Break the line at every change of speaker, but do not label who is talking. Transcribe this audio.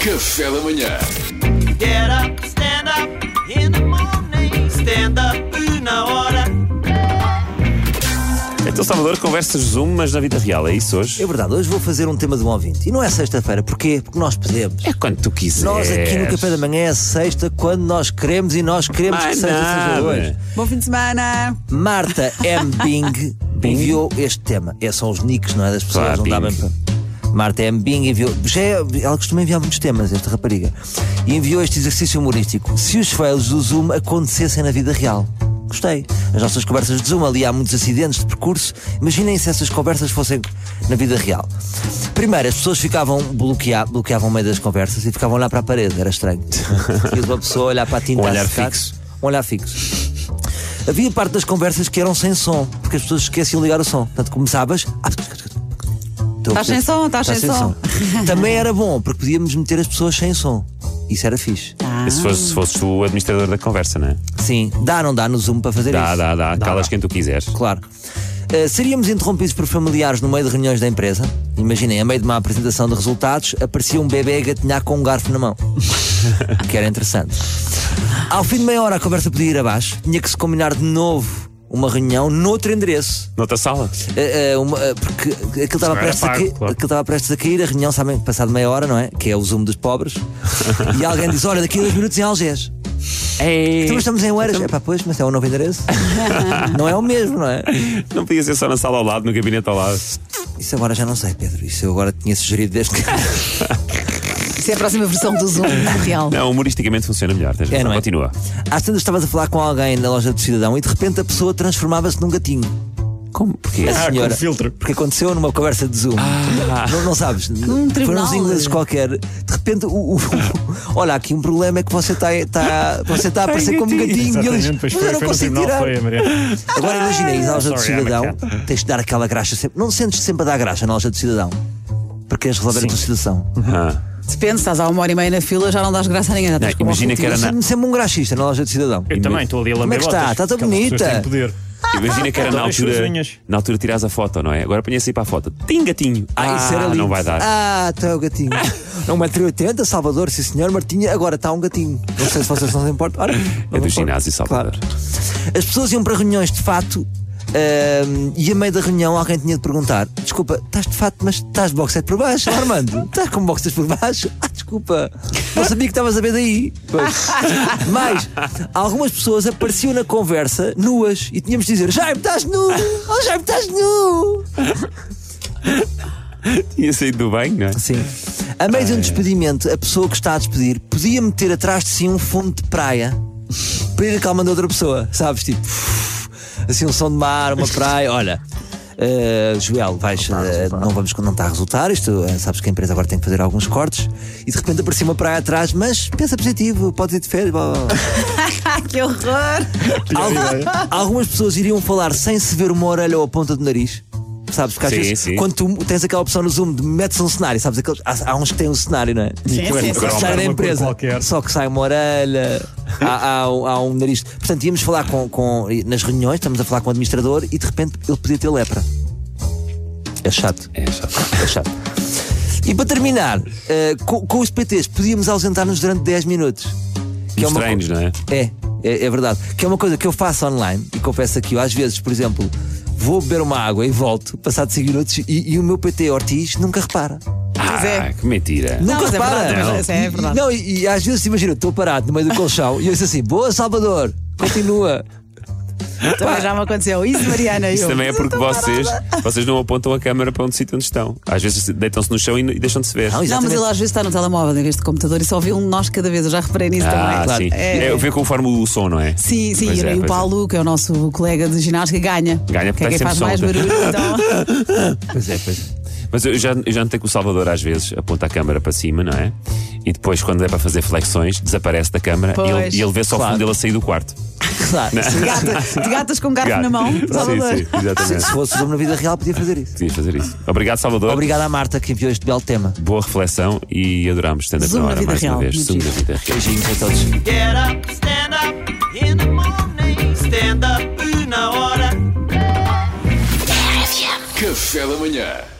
Café da manhã.
Get up, stand up in the morning. Stand up na hora.
Então, Salvador, conversas Zoom, mas na vida real, é isso hoje?
É verdade, hoje vou fazer um tema de um ouvinte. E não é sexta-feira, porquê? Porque nós podemos.
É quando tu quiseres.
Nós aqui no Café da Manhã é sexta quando nós queremos e nós queremos
Mais
que sexta
nada.
seja hoje.
Bom fim de semana!
Marta M. Bing enviou este tema. É, são os nicks, não é? Das pessoas,
Claro,
não dá
Bing.
bem para. Marta M. Bing enviou. Já é- ela costuma enviar muitos temas, esta rapariga. E enviou este exercício humorístico. Se os fails do Zoom acontecessem na vida real. Gostei. As nossas conversas de Zoom, ali há muitos acidentes de percurso. Imaginem se essas conversas fossem na vida real. Primeiro, as pessoas ficavam bloquea bloqueavam o meio das conversas e ficavam lá para a parede. Era estranho. Tinhas uma pessoa a olhar para a tinta
Um
a
olhar
secar.
fixo.
Um olhar fixo. Havia parte das conversas que eram sem som, porque as pessoas esqueciam de ligar o som. Portanto, começavas. "Ah, Então,
Estás sem som, estás sem som.
Também era bom, porque podíamos meter as pessoas sem som. Isso era fixe.
Tá.
Se fosses, se fosses o administrador da conversa, não é?
Sim, dá, não dá no Zoom para fazer
Dá,
isso.
dá, dá. Calas quem tu quiseres.
Claro. Uh, seríamos interrompidos por familiares no meio de reuniões da empresa. Imaginem, a meio de uma apresentação de resultados, aparecia um bebê a gatinhar com um garfo na mão. que era interessante. Ao fim de meia hora a conversa podia ir abaixo, tinha que se combinar de novo uma reunião noutro endereço.
Noutra sala.
Eh, eh, uma- eh, porque aquilo estava
era
prestes, a
é pago,
cair-
claro.
aquilo estava prestes a cair, a reunião, sabem, passado meia hora, não é? Que é o zoom dos pobres. e alguém diz: Olha, daqui a dois minutos em Algés.
É.
Então estamos em Oeiras. É pá, pois, mas é o novo endereço. não é o mesmo, não é?
Não podia ser só na sala ao lado, no gabinete ao lado.
Isso agora já não sei, Pedro. Isso eu agora tinha sugerido desde que.
Isso é a próxima versão do Zoom real.
Não, humoristicamente funciona melhor. Tens
É,
razão.
não é?
Continua.
Às tantas estavas a falar com alguém na loja do cidadão e de repente a pessoa transformava-se num gatinho.
Como? Porquê?
Ah,
A senhora, Porque aconteceu numa conversa de Zoom. Não, não sabes. Num Foram
tribunal.
uns ingleses qualquer. De repente, o, o- olha, aqui um problema é que você está tá, você tá a aparecer como gatinho. E eles,
Exatamente, pois
mas
foi,
eu não
foi no
consigo
tribunal,
tirar.
foi a Maria.
Agora imagina aí, na loja do
Sorry, I'm a
cidadão, tens de dar aquela graxa sempre. Não sentes sempre a dar graxa na loja do cidadão. Porque queres resolver a tua situação.
Ah.
Depende, estás há uma hora e meia na fila, já não dás graça a ninguém. já estás
Não,
com uma
imagina que
rotina.
era na-
Sente-me sempre um graxista na loja do cidadão.
Eu também estou ali a
Como é
lamber
que está?
botas.
Está tão
Aquelas pessoas
bonita.
têm poder.
Imagina que era na
Adoro as
altura.
sozinhas.
Na altura tiras a foto, não é? Agora apanha-se aí para a foto. Tim gatinho. Ah,
isso era
não
lindo.
vai dar.
Ah, está o gatinho. Não, 1,80m, Salvador, sim senhor, Martinha, agora está um gatinho. Não sei se vocês não se importam. Ora, não me importo.
É ginásio, Salvador.
As pessoas iam para reuniões de fato ahm, e a meio da reunião alguém tinha de perguntar: Desculpa, estás de fato, mas estás de boxer por baixo, Armando? Estás com boxers por baixo? Ah, desculpa, não sabia que estavas a ver daí. Pois. Mas algumas pessoas apareciam na conversa nuas e tínhamos de dizer: Jaime, estás nu! Oh, Jaime, estás nu!
Tinha saído do banho, não é?
Sim. A meio de um despedimento, a pessoa que está a despedir podia meter atrás de si um fundo de praia para ir acalmando outra pessoa, sabes? Tipo, assim, um som de mar, uma praia. Olha, eh, Joel, vais, eh, não, vamos, não está a resultar. Isto, eh, sabes que a empresa agora tem que fazer alguns cortes e de repente aparecia uma praia atrás, mas pensa positivo, podes ir de férias. blá, blá, blá.
Que horror!
Algu- algumas pessoas iriam falar sem se ver uma orelha ou a ponta do nariz. Sabes? Porque às
Sim,
vezes,
sim.
quando tu tens aquela opção no Zoom de metes um cenário, sabes? Aqueles, há, há uns que têm um cenário, não é?
Sim, sim,
Só que
sim.
sai
Claro.
da
uma cor
empresa.
qualquer.
Só que sai uma orelha, há, há um- há um nariz. Portanto, íamos falar com, com- nas reuniões, estamos a falar com o administrador e de repente ele podia ter lepra. É chato.
É, só.
É chato. E para terminar, eh, co- com, os PTs, podíamos ausentar-nos durante 10 minutos. Que
Nos
uma co-
treinos, não é?
é, é, é verdade. Que é uma coisa que eu faço online e confesso aqui, eu às vezes, por exemplo, vou beber uma água e volto, passado 5 minutos, e, e o meu PT Ortiz nunca repara.
Ah,
é.
que mentira.
Não,
Nunca
mas é
repara.
verdade, mas Não. isso é verdade.
E- Não, e, e às vezes imagina, estou parado no meio do colchão e eu disse assim: Boa Salvador, continua.
Também já me aconteceu. Isso, Mariana,
Isso
eu.
também é porque vocês, vocês não apontam a câmera para onde sítio onde estão. Às vezes deitam-se no chão e, e deixam de se ver.
Não,
Não, mas
Exatamente.
ele às vezes está no telemóvel em vez de computador e só vê um de nós cada vez. Eu já reparei nisso
ah,
também.
sim.
É.
É, eu ver conforme o som, não é?
Sim, sim,
Pois
e
é,
o
pois é.
Paulo, que é o nosso colega de ginástica, ganha.
Ganha, porque
que é quem
tem
faz
sempre um.
mais
som.
barulho. Então,
Pois é, pois é.
Mas eu já, eu já notei que o Salvador às vezes aponta a câmera para cima, não é? E depois, quando é para fazer flexões, desaparece da câmera e
Pois.
ele, e ele vê só o fundo
Claro.
dele a sair do quarto.
Claro.
de gata- de gatas com um garfo na mão,
Sim,
Salvador.
sim, exatamente.
Se fosse nome na vida real, podia fazer isso.
Podias fazer isso. Obrigado, Salvador.
Obrigado à Marta que enviou este belo tema.
Boa reflexão e adorámos stand-up
Zoom
na
na
hora
vida
mais uma
real.
vez.
Muito
Zoom da
giro.
vida real.
Beijinhos a todos.
Get up, stand up in the morning. Stand up na hora.
Café da manhã.